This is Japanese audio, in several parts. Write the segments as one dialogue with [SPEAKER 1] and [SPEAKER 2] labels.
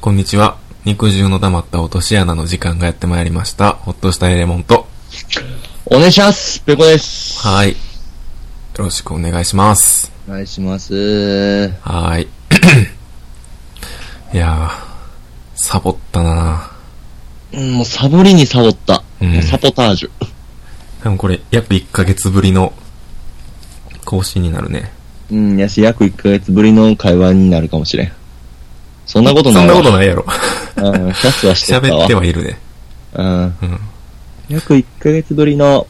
[SPEAKER 1] こんにちは。肉汁の溜まった落とし穴の時間がやってまいりました。ほっとしたエレモンと。
[SPEAKER 2] お願いしますペコです
[SPEAKER 1] はい。よろしくお願いします。
[SPEAKER 2] お願いします。
[SPEAKER 1] はい。 いやー、サボったな
[SPEAKER 2] うんもうサボりにサボった。
[SPEAKER 1] うん
[SPEAKER 2] もうサポタージュ。
[SPEAKER 1] 多分これ、約1ヶ月ぶりの更新になるね。
[SPEAKER 2] うん、やし、約1ヶ月ぶりの会話になるかもしれん。そんなこと
[SPEAKER 1] そ
[SPEAKER 2] ない
[SPEAKER 1] んな
[SPEAKER 2] わ。
[SPEAKER 1] ことない やろ。
[SPEAKER 2] うん、キャスはしてた
[SPEAKER 1] 喋
[SPEAKER 2] わ。
[SPEAKER 1] ってはいるね。
[SPEAKER 2] うん。
[SPEAKER 1] うん。
[SPEAKER 2] 約1ヶ月ぶりの、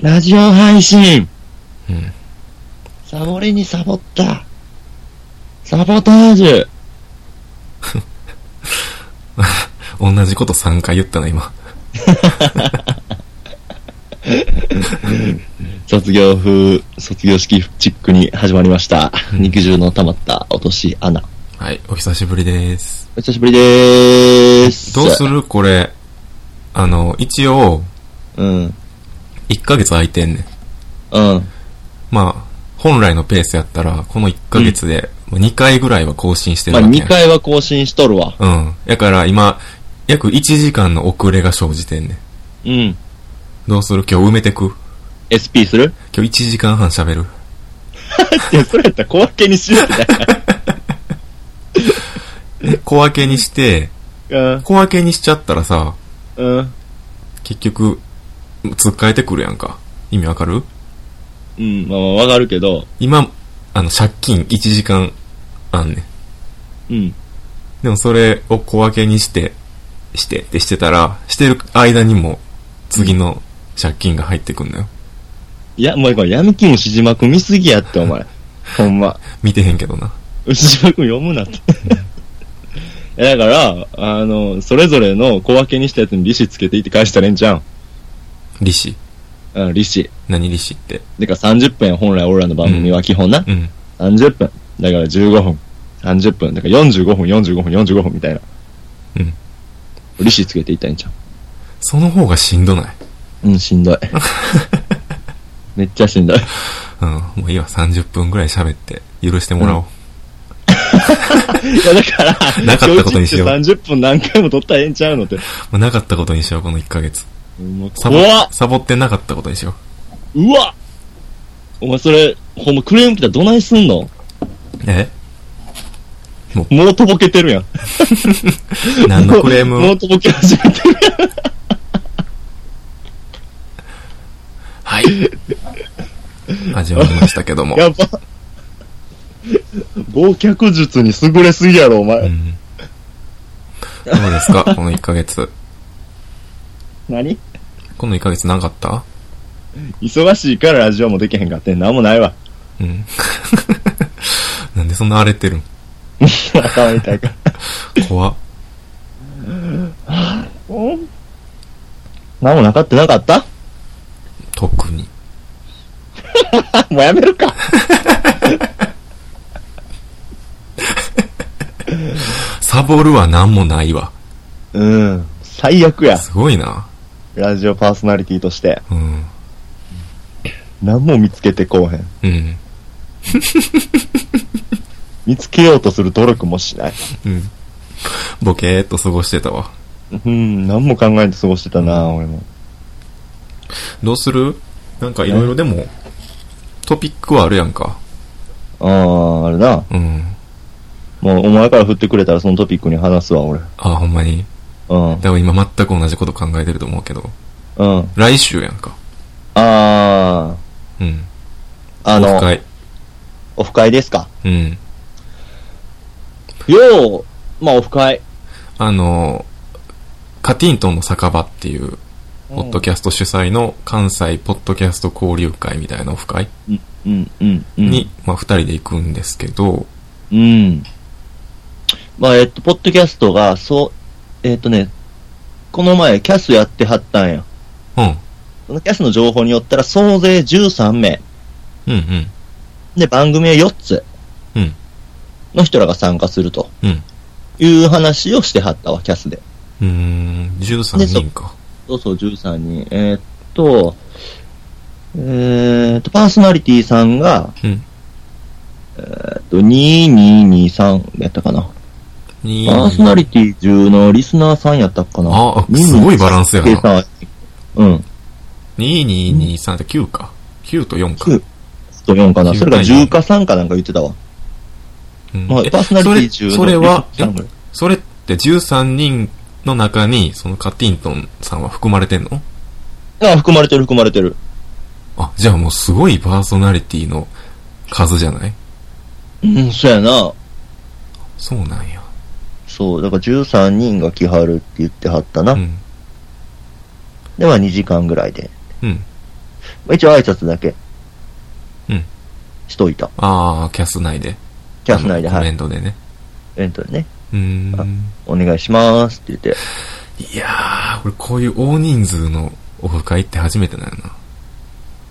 [SPEAKER 2] ラジオ配信
[SPEAKER 1] うん。
[SPEAKER 2] サボりにサボったサボタージュ
[SPEAKER 1] 同じこと3回言ったな、今。
[SPEAKER 2] 卒業風、卒業式チックに始まりました。肉汁の溜まった落とし穴。
[SPEAKER 1] はい、お久しぶりです。
[SPEAKER 2] お久しぶりでーす。
[SPEAKER 1] どうするこれ。あの、一応、
[SPEAKER 2] うん。うん。
[SPEAKER 1] 1ヶ月空いてんねん。まあ、本来のペースやったら、この1ヶ月で、まあ2回ぐらいは更新してる
[SPEAKER 2] まあ、
[SPEAKER 1] わけ
[SPEAKER 2] 2
[SPEAKER 1] やん。
[SPEAKER 2] 回は更新しとるわ。
[SPEAKER 1] うん。だから今、約1時間の遅れが生じてんねん。
[SPEAKER 2] うん。
[SPEAKER 1] どうする今日埋めてく
[SPEAKER 2] SP する
[SPEAKER 1] 今日1時間半喋る
[SPEAKER 2] いや、それやったら小分けにしようって
[SPEAKER 1] 小分けにして、
[SPEAKER 2] な。
[SPEAKER 1] 小分けにしちゃったらさ、
[SPEAKER 2] うん。うん。
[SPEAKER 1] 結局、つっかえてくるやんか。意味わかる
[SPEAKER 2] うん、まあまあわかるけど、
[SPEAKER 1] 今、あの、借金1時間あんねん。
[SPEAKER 2] うん。
[SPEAKER 1] でもそれを小分けにして、してってしてたら、してる間にも、次の借金が入ってくんのよ。
[SPEAKER 2] いや、もうこれ闇金もしじまく見すぎやって、お前。 ほんま。
[SPEAKER 1] 見てへんけどな。
[SPEAKER 2] しじまく読むなって。い や、だから、あの、それぞれの小分けにしたやつに利子つけていって返したらええんじゃん。
[SPEAKER 1] 利子。
[SPEAKER 2] うん、利子。
[SPEAKER 1] 何利子って。
[SPEAKER 2] でか30分や、本来俺らの番組は基本な。
[SPEAKER 1] うん。
[SPEAKER 2] 30分。だから15分。30分。だから45分、45分、45分みたいな。
[SPEAKER 1] うん。
[SPEAKER 2] 利子つけていったらええんじゃん。
[SPEAKER 1] その方がしんどない。
[SPEAKER 2] うん、しんどい。めっちゃしんどい。
[SPEAKER 1] うん。もういいわ、30分ぐらい喋って、許してもらおう。
[SPEAKER 2] いや、だから、
[SPEAKER 1] なかったことにしよう
[SPEAKER 2] 今日一日30分何回も撮ったらええんちゃうのって。
[SPEAKER 1] もうなかったことにしよう、この1ヶ月。
[SPEAKER 2] もう
[SPEAKER 1] サボ
[SPEAKER 2] 怖っ
[SPEAKER 1] サボってなかったことにしよ
[SPEAKER 2] うわお前それ、ほんまクレーム来たらどないすんの
[SPEAKER 1] う。え
[SPEAKER 2] もうとぼけてるやん。
[SPEAKER 1] 何のクレーム
[SPEAKER 2] もうもうとぼけ始めてる。
[SPEAKER 1] はい。始まりましたけども。
[SPEAKER 2] やば。忘却術に優れすぎやろ、お前。
[SPEAKER 1] うん。どうですか、この1ヶ月。
[SPEAKER 2] 何
[SPEAKER 1] この1ヶ月なかった
[SPEAKER 2] 忙しいからラジオもできへんかってん。なんもない わ。
[SPEAKER 1] うん。 なんでそんな荒れてるん
[SPEAKER 2] 頭痛いから。
[SPEAKER 1] 怖っ
[SPEAKER 2] うん何もなかってなかった
[SPEAKER 1] 特に。
[SPEAKER 2] あ もうやめるか。
[SPEAKER 1] サボるは何もないわ。
[SPEAKER 2] うん。最悪や。
[SPEAKER 1] すごいな。
[SPEAKER 2] ラジオパーソナリティとして。
[SPEAKER 1] うん。
[SPEAKER 2] 何も見つけてこうへん。
[SPEAKER 1] うん。
[SPEAKER 2] 見つけようとする努力もしない。
[SPEAKER 1] うん。ボケーっと過ごしてたわ。
[SPEAKER 2] うん、何も考えて過ごしてたな、俺も。
[SPEAKER 1] どうするなんかいろいろでも、トピックはあるやんか。
[SPEAKER 2] ああ、あれな。
[SPEAKER 1] うん。
[SPEAKER 2] もうお前から振ってくれたらそのトピックに話すわ、俺。
[SPEAKER 1] あ、ほんまに。
[SPEAKER 2] うん。
[SPEAKER 1] だから今全く同じこと考えてると思うけど。
[SPEAKER 2] うん。
[SPEAKER 1] 来週やんか。
[SPEAKER 2] あ
[SPEAKER 1] うん。
[SPEAKER 2] あ、あの
[SPEAKER 1] オフ、会
[SPEAKER 2] オフ会ですか。
[SPEAKER 1] うん。
[SPEAKER 2] よう、まあオフ会。
[SPEAKER 1] あの、カティントンの酒場っていう、ポッドキャスト主催の関西ポッドキャスト交流会みたいなオフ会
[SPEAKER 2] うん、うん、うん。
[SPEAKER 1] に、まあ二人で行くんですけど、
[SPEAKER 2] うん。まあ、えっと、ポッドキャストが、そう、えっとね、この前、キャスやってはったんや。
[SPEAKER 1] うん。
[SPEAKER 2] そのキャスの情報によったら、総勢13名。
[SPEAKER 1] うんうん。
[SPEAKER 2] で、番組は4つ。
[SPEAKER 1] うん
[SPEAKER 2] の人らが参加すると。
[SPEAKER 1] うん
[SPEAKER 2] いう話をしてはったわ、キャスで。
[SPEAKER 1] うーん、13人か。
[SPEAKER 2] そうそう、13人。えーっと、えーっと、パーソナリティさんが、
[SPEAKER 1] うん。
[SPEAKER 2] えーっと、2223やったかな。
[SPEAKER 1] に
[SPEAKER 2] パーソナリティ中のリスナーさんやったかな。
[SPEAKER 1] ああすごいバランスやな
[SPEAKER 2] 計算はうん。
[SPEAKER 1] 2223って9か。9と4か。
[SPEAKER 2] 9と4かな。
[SPEAKER 1] 9
[SPEAKER 2] それが
[SPEAKER 1] 対
[SPEAKER 2] 10か3かなんか言ってたわ。
[SPEAKER 1] うん
[SPEAKER 2] まあ、
[SPEAKER 1] え
[SPEAKER 2] パーソナリティ中の
[SPEAKER 1] それそれは、
[SPEAKER 2] リスナーさんぐらい
[SPEAKER 1] えそれって13人の中に、そのカティントンさんは含まれてんの
[SPEAKER 2] あ、含まれてる含まれてる。
[SPEAKER 1] あ、じゃあもうすごいパーソナリティの数じゃない
[SPEAKER 2] うん、そうやな。
[SPEAKER 1] そうなんや。
[SPEAKER 2] そう、だから13人が来はるって言ってはったな。
[SPEAKER 1] うん。
[SPEAKER 2] で、まあ2時間ぐらいで。
[SPEAKER 1] うん。
[SPEAKER 2] まあ、一応挨拶だけ。
[SPEAKER 1] うん。
[SPEAKER 2] しといた。
[SPEAKER 1] ああ、キャス内で。
[SPEAKER 2] キャス内で、
[SPEAKER 1] あのコ
[SPEAKER 2] は
[SPEAKER 1] メ
[SPEAKER 2] い。
[SPEAKER 1] ントでね。
[SPEAKER 2] エントリーね。
[SPEAKER 1] うーん。
[SPEAKER 2] お願いしますって言って。
[SPEAKER 1] いやー、俺こういう大人数のオフ会って初めてだよ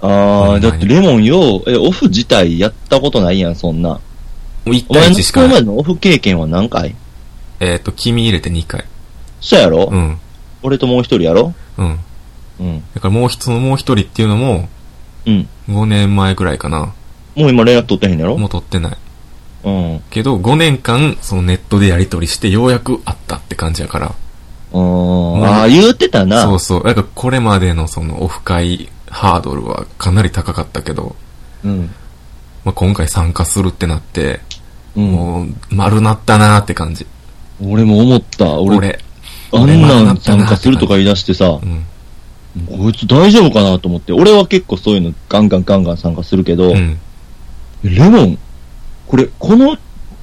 [SPEAKER 1] な。
[SPEAKER 2] あ
[SPEAKER 1] は
[SPEAKER 2] ー、
[SPEAKER 1] い
[SPEAKER 2] だってレモンよう、え、オフ自体やったことないやん、そんな。
[SPEAKER 1] もう1
[SPEAKER 2] お
[SPEAKER 1] 対
[SPEAKER 2] 前の
[SPEAKER 1] 1しか
[SPEAKER 2] 今
[SPEAKER 1] な
[SPEAKER 2] ま
[SPEAKER 1] い。
[SPEAKER 2] でのオフ経験は何回
[SPEAKER 1] えっ、と、君入れて2回。
[SPEAKER 2] そうやろ、
[SPEAKER 1] うん。
[SPEAKER 2] 俺ともう一人やろ
[SPEAKER 1] うん。
[SPEAKER 2] うん。
[SPEAKER 1] だからもう一つのもう一人っていうのも、
[SPEAKER 2] うん。
[SPEAKER 1] 5年前くらいかな。
[SPEAKER 2] もう今連絡取ってへんやろ
[SPEAKER 1] もう取ってない。
[SPEAKER 2] うん。
[SPEAKER 1] けど、5年間、そのネットでやり取りして、ようやく会ったって感じやから。
[SPEAKER 2] うん。あー、言うてたな。
[SPEAKER 1] そうそう。だから、これまでのそのオフ会ハードルはかなり高かったけど、
[SPEAKER 2] うん。
[SPEAKER 1] まあ、今回参加するってなって、
[SPEAKER 2] うん。
[SPEAKER 1] もう、丸なったなーって感じ。
[SPEAKER 2] 俺も思った。俺、
[SPEAKER 1] 俺。
[SPEAKER 2] あ
[SPEAKER 1] 俺
[SPEAKER 2] ん
[SPEAKER 1] 丸
[SPEAKER 2] な
[SPEAKER 1] なっ
[SPEAKER 2] ん
[SPEAKER 1] たな
[SPEAKER 2] 参
[SPEAKER 1] って感じ
[SPEAKER 2] 加するとか言い出してさ
[SPEAKER 1] う、ん。
[SPEAKER 2] こいつ大丈夫かなと思って。俺は結構そういうのガンガンガンガン参加するけど、
[SPEAKER 1] うん。
[SPEAKER 2] レモン、これ、この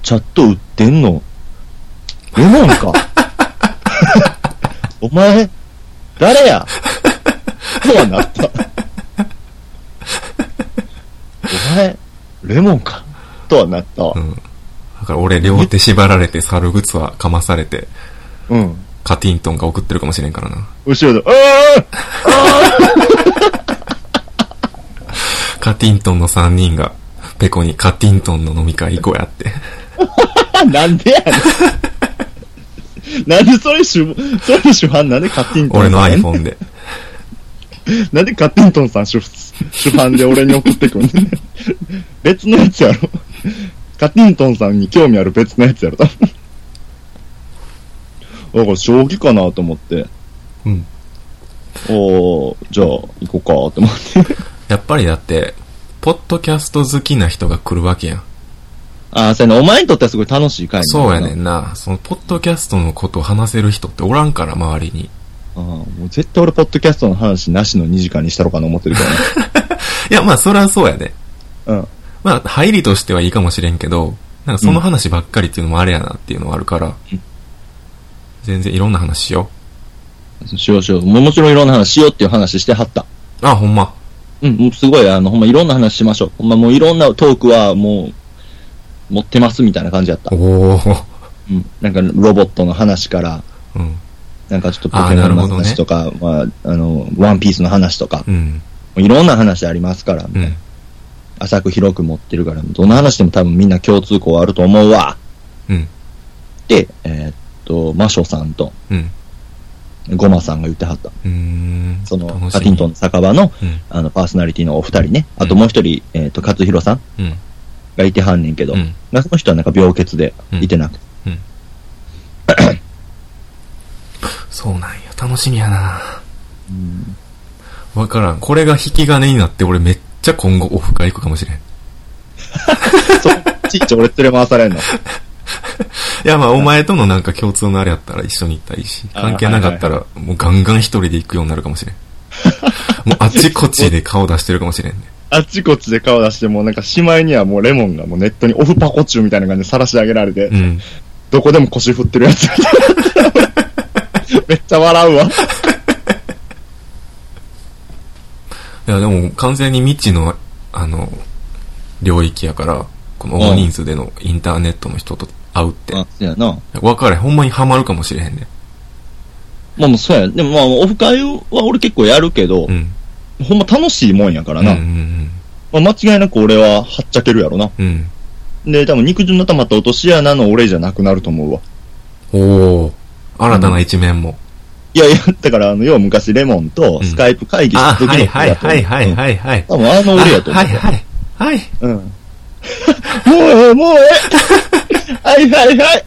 [SPEAKER 2] チャット売ってんのレモンか お前、誰やとはなった。お前、レモンかとはなったわ
[SPEAKER 1] う。ん。だから、俺、両手縛られて、猿靴はかまされて、
[SPEAKER 2] うん。
[SPEAKER 1] カティントンが送ってるかもしれんからな。
[SPEAKER 2] 後ろで、ああ
[SPEAKER 1] カティントンの3人が、ペコにカティントンの飲み会行こうやって。
[SPEAKER 2] あなん でやねん。なんでそれ主、それ主犯なんでカッティントン
[SPEAKER 1] 俺
[SPEAKER 2] さん
[SPEAKER 1] の iPhone で。
[SPEAKER 2] なんでカッティントンさん主主犯で俺に送ってくんねん。別のやつやろ。カッティントンさんに興味ある別のやつやろ。多分だから将棋かなと思って。
[SPEAKER 1] うん。
[SPEAKER 2] おー、じゃあ行こうかと思って。
[SPEAKER 1] やっぱりだって、ポッドキャスト好きな人が来るわけやん。
[SPEAKER 2] あー、そうやね。お前にとってはすごい楽しい回
[SPEAKER 1] そうやね。んな。その、ポッドキャストのことを話せる人っておらんから、周りに。
[SPEAKER 2] あーもう絶対俺ポッドキャストの話なしの2時間にしたろかな思ってるからね。
[SPEAKER 1] いや、まあ、そりゃそうやね。
[SPEAKER 2] うん。
[SPEAKER 1] まあ、入りとしてはいいかもしれんけど、なんかその話ばっかりっていうのもあれやなっていうのはあるから、
[SPEAKER 2] うん
[SPEAKER 1] 全然いろんな話しよ
[SPEAKER 2] しようしよう。ももちろんいろんな話しようっていう話してはった。
[SPEAKER 1] う。あ、ほんま。
[SPEAKER 2] うん、もうすごい、あの、ほんまいろんな話しましょう。ほんまもういろんなトークはもう、持ってますみたいな感じだった。
[SPEAKER 1] おー。
[SPEAKER 2] うん。なんかロボットの話から、
[SPEAKER 1] うん。
[SPEAKER 2] なんかちょっとポ
[SPEAKER 1] あー
[SPEAKER 2] ケモ
[SPEAKER 1] な
[SPEAKER 2] ンの
[SPEAKER 1] るほどね
[SPEAKER 2] 話とか、まあ、あの、ワンピースの話とか、
[SPEAKER 1] うん。
[SPEAKER 2] もういろんな話ありますから、
[SPEAKER 1] うん。
[SPEAKER 2] 浅く広く持ってるから、どんな話でも多分みんな共通項あると思うわ。
[SPEAKER 1] うん。
[SPEAKER 2] で、えーっと、マショさんと、
[SPEAKER 1] うん。
[SPEAKER 2] ゴマさんが言ってはった。
[SPEAKER 1] うーん。
[SPEAKER 2] その、
[SPEAKER 1] 楽し
[SPEAKER 2] カ
[SPEAKER 1] み
[SPEAKER 2] ティントンの酒場の、
[SPEAKER 1] うん。
[SPEAKER 2] あの、パーソナリティのお二人ね。あともう一人、えーっと、勝弘さん
[SPEAKER 1] うん。
[SPEAKER 2] がいてはんねんけど、
[SPEAKER 1] うん。
[SPEAKER 2] まあその人はなんか病欠でいてなくて。
[SPEAKER 1] うん。そうなんや。楽しみやな。わからん。これが引き金になって、俺めっちゃ今後オフ会行くかもしれん。い
[SPEAKER 2] そっちいち俺連れ回されんの。
[SPEAKER 1] や、まあ、お前とのなんか共通のあれやったら一緒に行ったらいいし、
[SPEAKER 2] あー
[SPEAKER 1] 関係なかったら、もうガンガン一人で行くようになるかもしれん。 もうあっちこっちで顔出してるかもしれんね。
[SPEAKER 2] あっちこっちで顔出して、もうなんかしまいにはもうレモンがもうネットにオフパコ中みたいな感じで晒し上げられて、
[SPEAKER 1] うん。
[SPEAKER 2] どこでも腰振ってるやつ みたいな。めっちゃ笑うわ。
[SPEAKER 1] いや、でも完全に未知の、あの、領域やから、この大人数でのインターネットの人と会うって。
[SPEAKER 2] あ、そうやな。
[SPEAKER 1] わかれへん。ほんまにハマるかもしれへんね。
[SPEAKER 2] まあもうそうや。でもまあオフ会は俺結構やるけど、
[SPEAKER 1] うん。
[SPEAKER 2] ほんま楽しいもんやからな。
[SPEAKER 1] うんうん
[SPEAKER 2] まあ、間違いなく俺ははっちゃけるやろな。
[SPEAKER 1] うん。うん。
[SPEAKER 2] で、多分肉汁の溜まった落とし穴の俺じゃなくなると思うわ。
[SPEAKER 1] おお新たな一面も。
[SPEAKER 2] いやいや、だからあの、要は昔レモンと
[SPEAKER 1] ん
[SPEAKER 2] スカイプ会議した時の
[SPEAKER 1] はい
[SPEAKER 2] 俺
[SPEAKER 1] はい
[SPEAKER 2] やと思う
[SPEAKER 1] はいはいはいはい。
[SPEAKER 2] 多分あの俺やと思
[SPEAKER 1] は
[SPEAKER 2] う。
[SPEAKER 1] いはい。はい。
[SPEAKER 2] うん。もうええ、もうええ。はいはいはい。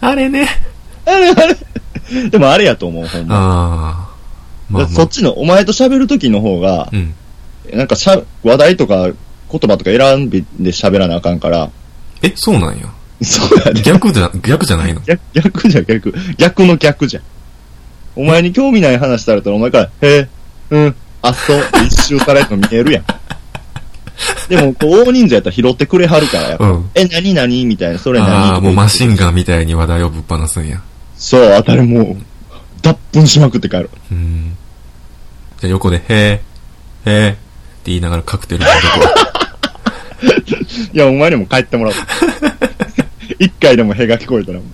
[SPEAKER 1] あれね。
[SPEAKER 2] でもあれやと思う、ほんま。
[SPEAKER 1] ああ。
[SPEAKER 2] だってそっちの、お前と喋るときの方が、
[SPEAKER 1] うん。
[SPEAKER 2] なんかしゃ、話題とか、言葉とか選んで喋らなあかんから、
[SPEAKER 1] え、そうなんや。
[SPEAKER 2] そうやで。
[SPEAKER 1] 逆じゃ、逆じゃないの
[SPEAKER 2] 逆、逆じゃん逆。逆の逆じゃん。お前に興味ない話されたらお前から、へえ、うん、あっそう、一周されるの見えるやん。でも、こう、大人数やったら拾ってくれはるからやっぱ、
[SPEAKER 1] うん
[SPEAKER 2] え、何何みたいな、それ何
[SPEAKER 1] ああ、もうマシン
[SPEAKER 2] が。
[SPEAKER 1] ガンみたいに話題をぶっ放すんや。
[SPEAKER 2] そう、当たりもう、脱粉しまくって帰る。
[SPEAKER 1] うん。じゃあ横で、へえ、へえ、って言いながらカクテル飲んでこ
[SPEAKER 2] いや、お前にも帰ってもらおう。一回でも屁が聞こえたら、も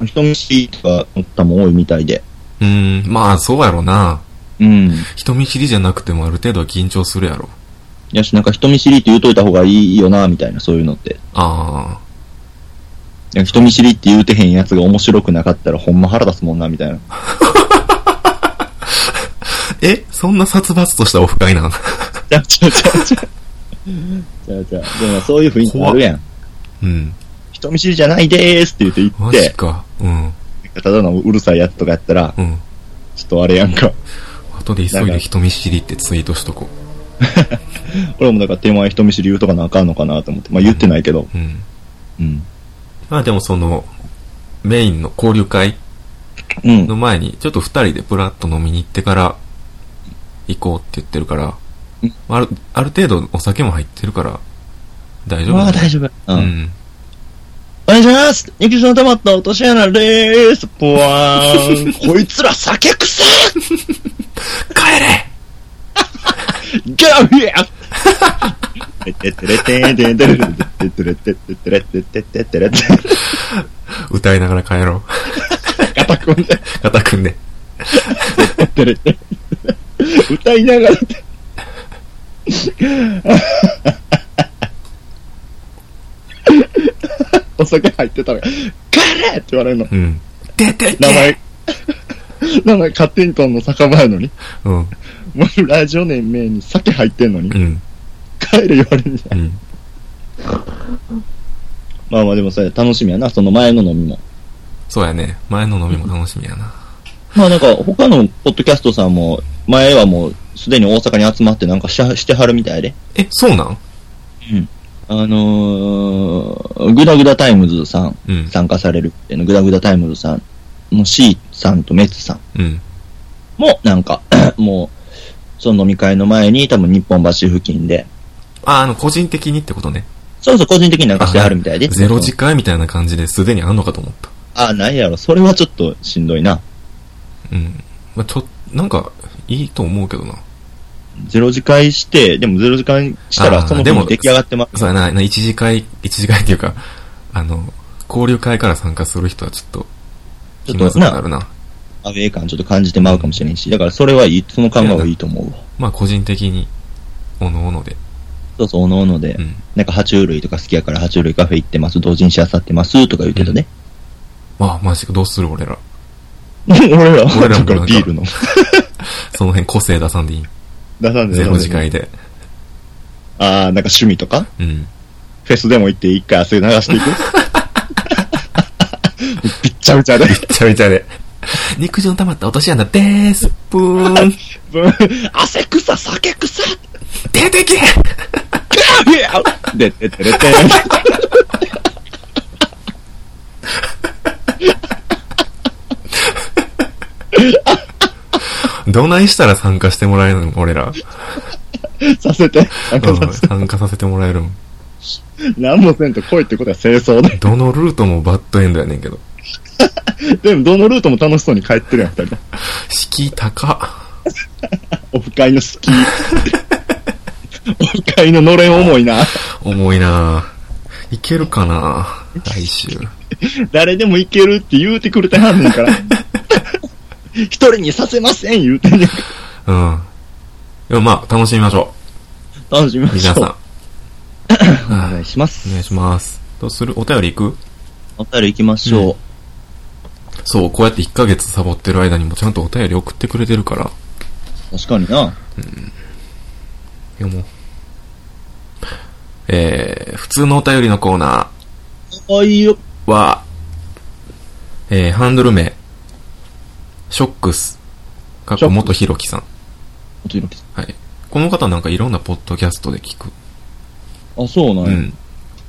[SPEAKER 2] う。人見知りとか乗ったも多いみたいで。
[SPEAKER 1] う。うん、まあそうやろな。
[SPEAKER 2] うん。
[SPEAKER 1] 人見知りじゃなくてもある程度は緊張するやろ。
[SPEAKER 2] やし、なんか人見知りって言うといた方がいいよな、みたいな、そういうのって。
[SPEAKER 1] あ
[SPEAKER 2] いや人見知りって言うてへんやつが面白くなかったらほんま腹立つもんな、みたいな。
[SPEAKER 1] あ。え、そんな殺伐としたオフ会なの
[SPEAKER 2] ちゃうちゃうちゃう ちゃう。ちゃうちゃう。でもそういう雰囲気あるや ん。
[SPEAKER 1] うん。
[SPEAKER 2] 人見知りじゃないでーすって言って言
[SPEAKER 1] マ
[SPEAKER 2] っ
[SPEAKER 1] ジ
[SPEAKER 2] て、
[SPEAKER 1] か。うん。
[SPEAKER 2] ただのうるさいやつとかやったら、
[SPEAKER 1] うん。
[SPEAKER 2] ちょっとあれやんか。
[SPEAKER 1] 後で急いで人見知りってツイートしとこ
[SPEAKER 2] 俺もだから手前人見知り言うとかなあかんのかなと思って。まあ言ってないけど。
[SPEAKER 1] う。うん。
[SPEAKER 2] うん。
[SPEAKER 1] まあでもその、メインの交流会
[SPEAKER 2] うん。
[SPEAKER 1] の前に、ちょっと二人でプラッと飲みに行ってから、行こうって言ってるから
[SPEAKER 2] うん、
[SPEAKER 1] ある、ある程度お酒も入ってるから、大丈夫だ
[SPEAKER 2] まあ
[SPEAKER 1] ね
[SPEAKER 2] 大丈夫。う。
[SPEAKER 1] うんん。
[SPEAKER 2] お願いします肉汁の溜まった落とし穴でーすぽわーんこいつら酒臭
[SPEAKER 1] 帰れ
[SPEAKER 2] いギャフィアてってってれてんてんてれてんてってれてんてれてんてってってれてんてってれてん
[SPEAKER 1] 歌いながら帰ろう。
[SPEAKER 2] ガタコンで
[SPEAKER 1] 肩組んで。
[SPEAKER 2] てってれてん歌いながらてお酒入ってたら、帰れって言われるの。
[SPEAKER 1] うん。出てけ
[SPEAKER 2] 名前、名前カッティントンの酒場やのに。
[SPEAKER 1] うん。
[SPEAKER 2] もうラジオネーム名に酒入ってんのに
[SPEAKER 1] う、ん。
[SPEAKER 2] 帰れ言われんじゃん。
[SPEAKER 1] うん。
[SPEAKER 2] まあまあでもそれ楽しみやな、その前の飲みも。
[SPEAKER 1] そうやね。前の飲みも楽しみやな。
[SPEAKER 2] まあなんか他のポッドキャストさんも、前はもうすでに大阪に集まってなんかしはしてはるみたいで。
[SPEAKER 1] え、そうなん
[SPEAKER 2] あのー、グダグダタイムズさん、
[SPEAKER 1] うん。
[SPEAKER 2] 参加されるっていうの、グダグダタイムズさんの C さんとメッツさん
[SPEAKER 1] うん。
[SPEAKER 2] も、なんか、 もう、その飲み会の前に多分日本橋付近で、
[SPEAKER 1] あ、あの、個人的にってことね。
[SPEAKER 2] そうそう個人的になんかしてはるみたいで。
[SPEAKER 1] ゼロ次回みたいな感じですでにあんのかと思った。
[SPEAKER 2] あ、ないやろ。それはちょっとしんどいな。
[SPEAKER 1] うん。まあ、ちょ、なんか、いいと思うけどな。
[SPEAKER 2] ゼロ次会して、でもゼロ次会した
[SPEAKER 1] あ
[SPEAKER 2] ら
[SPEAKER 1] ー
[SPEAKER 2] その
[SPEAKER 1] で
[SPEAKER 2] 日
[SPEAKER 1] も
[SPEAKER 2] も出来上がってます。
[SPEAKER 1] そうやな、な一次会、一次会っていうか、あの、交流会から参加する人はちょっと、
[SPEAKER 2] ち
[SPEAKER 1] 気
[SPEAKER 2] ょっと
[SPEAKER 1] まずくなるな。
[SPEAKER 2] アウェー感ちょっと感じてまうかもしれんし、だからそれはいい、その考えはいいと思うわ。
[SPEAKER 1] まあ、個人的に、おのおので。
[SPEAKER 2] そうそう、おのおので、
[SPEAKER 1] うん。
[SPEAKER 2] なんか爬虫類とか好きやから爬虫類カフェ行ってます、同人誌漁ってます、とか言うけどね。
[SPEAKER 1] まあ、マジか、どうする俺ら。
[SPEAKER 2] 俺ら
[SPEAKER 1] 俺らもなんか
[SPEAKER 2] だからビールの。
[SPEAKER 1] その辺個性出さんでいい。
[SPEAKER 2] 出さんで
[SPEAKER 1] ゼロ次。会で。
[SPEAKER 2] あー、なんか趣味とか
[SPEAKER 1] うん。
[SPEAKER 2] フェスでも行って一回汗流してい くびっちゃびちゃで。
[SPEAKER 1] めちゃめちゃで。 肉汁の溜まった落とし穴でーす。ぷーん。
[SPEAKER 2] 汗臭、酒臭
[SPEAKER 1] 出てけ
[SPEAKER 2] で、で、で、で、で。
[SPEAKER 1] どないしたら参加してもらえるの俺ら。
[SPEAKER 2] させて。な
[SPEAKER 1] う
[SPEAKER 2] んかさ
[SPEAKER 1] ん、参加させてもらえるん。
[SPEAKER 2] 何もせんと来いってことは清掃で。
[SPEAKER 1] どのルートもバッドエンドやねんけど。
[SPEAKER 2] でも、どのルートも楽しそうに帰ってるやん、二人。
[SPEAKER 1] 敷居高
[SPEAKER 2] オフ会の好 き。オフ会ののれん重いな。
[SPEAKER 1] 重いなぁ。いけるかなぁ来週。
[SPEAKER 2] 誰でもいけるって言うてくれてはんねんから。一人にさせません言うてんねんか
[SPEAKER 1] うん。でもまあ、楽しみましょ
[SPEAKER 2] ら。楽しみま
[SPEAKER 1] う。
[SPEAKER 2] しょ
[SPEAKER 1] 皆
[SPEAKER 2] う。
[SPEAKER 1] さん。
[SPEAKER 2] お
[SPEAKER 1] は
[SPEAKER 2] 願いしま
[SPEAKER 1] いお願い
[SPEAKER 2] す。
[SPEAKER 1] します。どうするお便り行く
[SPEAKER 2] お便り行きましょう。
[SPEAKER 1] そう、こうやって1ヶ月サボってる間にもちゃんとお便り送ってくれてるから。
[SPEAKER 2] 確かにな。
[SPEAKER 1] 読もう。えー、普通のお便りのコーナー。
[SPEAKER 2] あ、いいよ。
[SPEAKER 1] は、えー、ハンドル名、ショックス、過去元ひろきさん。
[SPEAKER 2] 元弘樹さ
[SPEAKER 1] はい。この方なんかいろんなポッドキャストで聞く。
[SPEAKER 2] んあ、そうなん
[SPEAKER 1] う
[SPEAKER 2] や。
[SPEAKER 1] ん。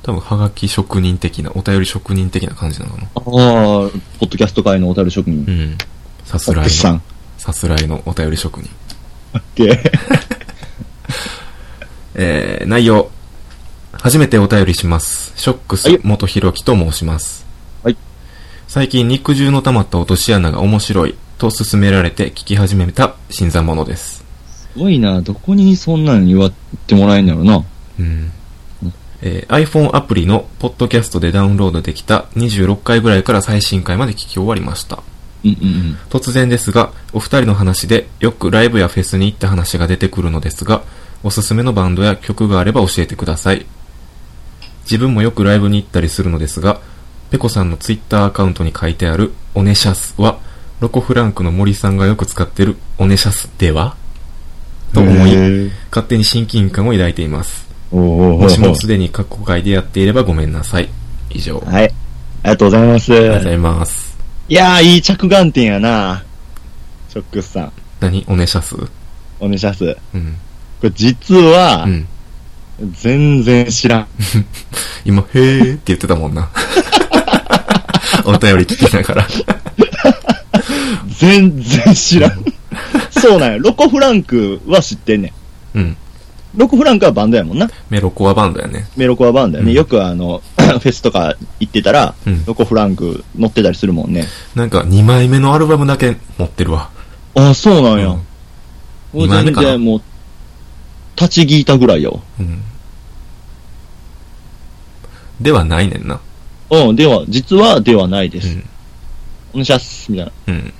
[SPEAKER 1] 多分、はがき職人的な、お便り職人的な感じなのかな。
[SPEAKER 2] ああ、ポッドキャスト界の小樽職人
[SPEAKER 1] う。ん。さす
[SPEAKER 2] サッ
[SPEAKER 1] らい
[SPEAKER 2] クスさ
[SPEAKER 1] の、
[SPEAKER 2] ん。
[SPEAKER 1] さすらいのお便り職人。
[SPEAKER 2] で、
[SPEAKER 1] えー、内容。初めてお便りします。ショックス
[SPEAKER 2] はい
[SPEAKER 1] 元ひろきと申します。
[SPEAKER 2] はい。
[SPEAKER 1] 最近肉汁の溜まった落とし穴が面白いと勧められて聞き始めた新参者です。
[SPEAKER 2] すごいな。どこにそんなの言わってもらえんだろうな。
[SPEAKER 1] うん。えー iPhone アプリのポッドキャストでダウンロードできた26回ぐらいから最新回まで聞き終わりました。
[SPEAKER 2] うんうん
[SPEAKER 1] 突然ですが、お二人の話でよくライブやフェスに行った話が出てくるのですが、おすすめのバンドや曲があれば教えてください。自分もよくライブに行ったりするのですが、ペコさんのツイッターアカウントに書いてあるオネシャスは、ロコフランクの森さんがよく使ってるオネシャスではと
[SPEAKER 2] うん。
[SPEAKER 1] 思い、
[SPEAKER 2] い。
[SPEAKER 1] 勝手に親近感を抱いています。
[SPEAKER 2] おーおーおー
[SPEAKER 1] もしもすでに過去回でやっていればごめんなさい。以上。あり
[SPEAKER 2] はい。ありがとうございます。
[SPEAKER 1] がとうございます。
[SPEAKER 2] いやー、いい着眼点やな。ショックスさん。
[SPEAKER 1] 何オネシャス
[SPEAKER 2] おねしゃす。こ
[SPEAKER 1] うん。
[SPEAKER 2] れ実は
[SPEAKER 1] う、ん。
[SPEAKER 2] 全然知らん。
[SPEAKER 1] 今、へーって言ってたもん な。お便り聞きながら。
[SPEAKER 2] 全然知らん。そうなんや。ロコフランクは知ってんねん。
[SPEAKER 1] うん。
[SPEAKER 2] ロコフランクはバンドやもんな。
[SPEAKER 1] メロコアバンドやね。
[SPEAKER 2] メロコアバンドやね。
[SPEAKER 1] うん
[SPEAKER 2] よくあの、 フェスとか行ってたら、
[SPEAKER 1] うん
[SPEAKER 2] ロコフランク乗ってたりするもんね。
[SPEAKER 1] なんか、2枚目のアルバムだけ持ってるわ。
[SPEAKER 2] ああ、そうなんや。
[SPEAKER 1] う
[SPEAKER 2] も
[SPEAKER 1] ん
[SPEAKER 2] う
[SPEAKER 1] 今あれ
[SPEAKER 2] 全
[SPEAKER 1] かな
[SPEAKER 2] 然もう、立ち聞いたぐらいよ。
[SPEAKER 1] うん。ではないねんな。
[SPEAKER 2] うん、では、実はではないで
[SPEAKER 1] う
[SPEAKER 2] す。
[SPEAKER 1] ん。
[SPEAKER 2] おねしゃす、みたいな。
[SPEAKER 1] うん。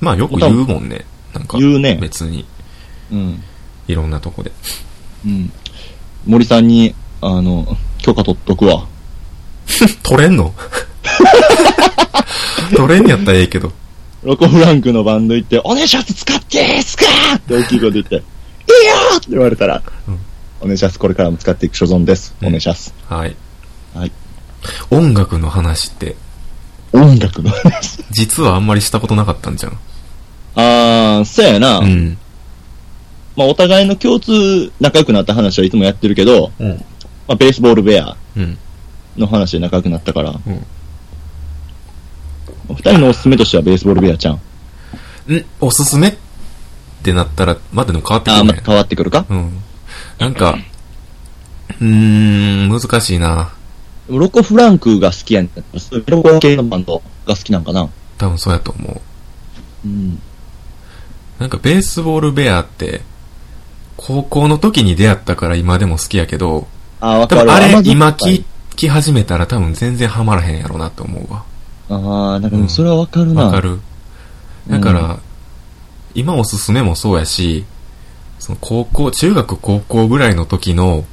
[SPEAKER 1] まあ、よく言うもんね。なんか、
[SPEAKER 2] 言うね。
[SPEAKER 1] 別に、
[SPEAKER 2] うん。
[SPEAKER 1] いろんなとこで。
[SPEAKER 2] うん。森さんに、あの、許可取っとくわ。
[SPEAKER 1] 取れん の取れんやったらええけど。
[SPEAKER 2] ロコフランクのバンド行って、おねシャツ使ってスカーって大きい声で言って、いいよって言われたら、
[SPEAKER 1] うん
[SPEAKER 2] おねシャツこれからも使っていく所存です。
[SPEAKER 1] うん
[SPEAKER 2] おねシャツ。
[SPEAKER 1] はい。
[SPEAKER 2] はい。
[SPEAKER 1] 音楽の話って、
[SPEAKER 2] 音楽の話。
[SPEAKER 1] 実はあんまりしたことなかったんじゃん。
[SPEAKER 2] あー、そうやな。
[SPEAKER 1] うん。
[SPEAKER 2] まあ、お互いの共通仲良くなった話はいつもやってるけど、
[SPEAKER 1] うん。
[SPEAKER 2] まあ、ベースボールベア
[SPEAKER 1] うん。
[SPEAKER 2] の話で仲良くなったから、
[SPEAKER 1] うん。
[SPEAKER 2] 二人のおすすめとしてはベースボールベアちゃん。
[SPEAKER 1] んおすすめってなったら、まだでも変わって
[SPEAKER 2] あー、
[SPEAKER 1] く
[SPEAKER 2] ま
[SPEAKER 1] るね。
[SPEAKER 2] た変わってくるか
[SPEAKER 1] うん。なんか、うーん、難しいな。
[SPEAKER 2] ロコ・フランクが好きやねん。ロコ系のバンドが好きなんかな。
[SPEAKER 1] 多分そうやと思う。
[SPEAKER 2] うん。
[SPEAKER 1] なんか、ベースボールベアって、高校の時に出会ったから今でも好きやけど、
[SPEAKER 2] あー、わ
[SPEAKER 1] 多
[SPEAKER 2] かる
[SPEAKER 1] 分
[SPEAKER 2] わ。
[SPEAKER 1] あれ
[SPEAKER 2] 甘酸っぱい
[SPEAKER 1] 今聞き始めたら多分全然ハマらへんやろなと思うわ。
[SPEAKER 2] ああ、なんかでもそれはわかるな。
[SPEAKER 1] わかる。だか
[SPEAKER 2] うん
[SPEAKER 1] ら、今おすすめもそうやし、その高校、中学高校ぐらいの時の、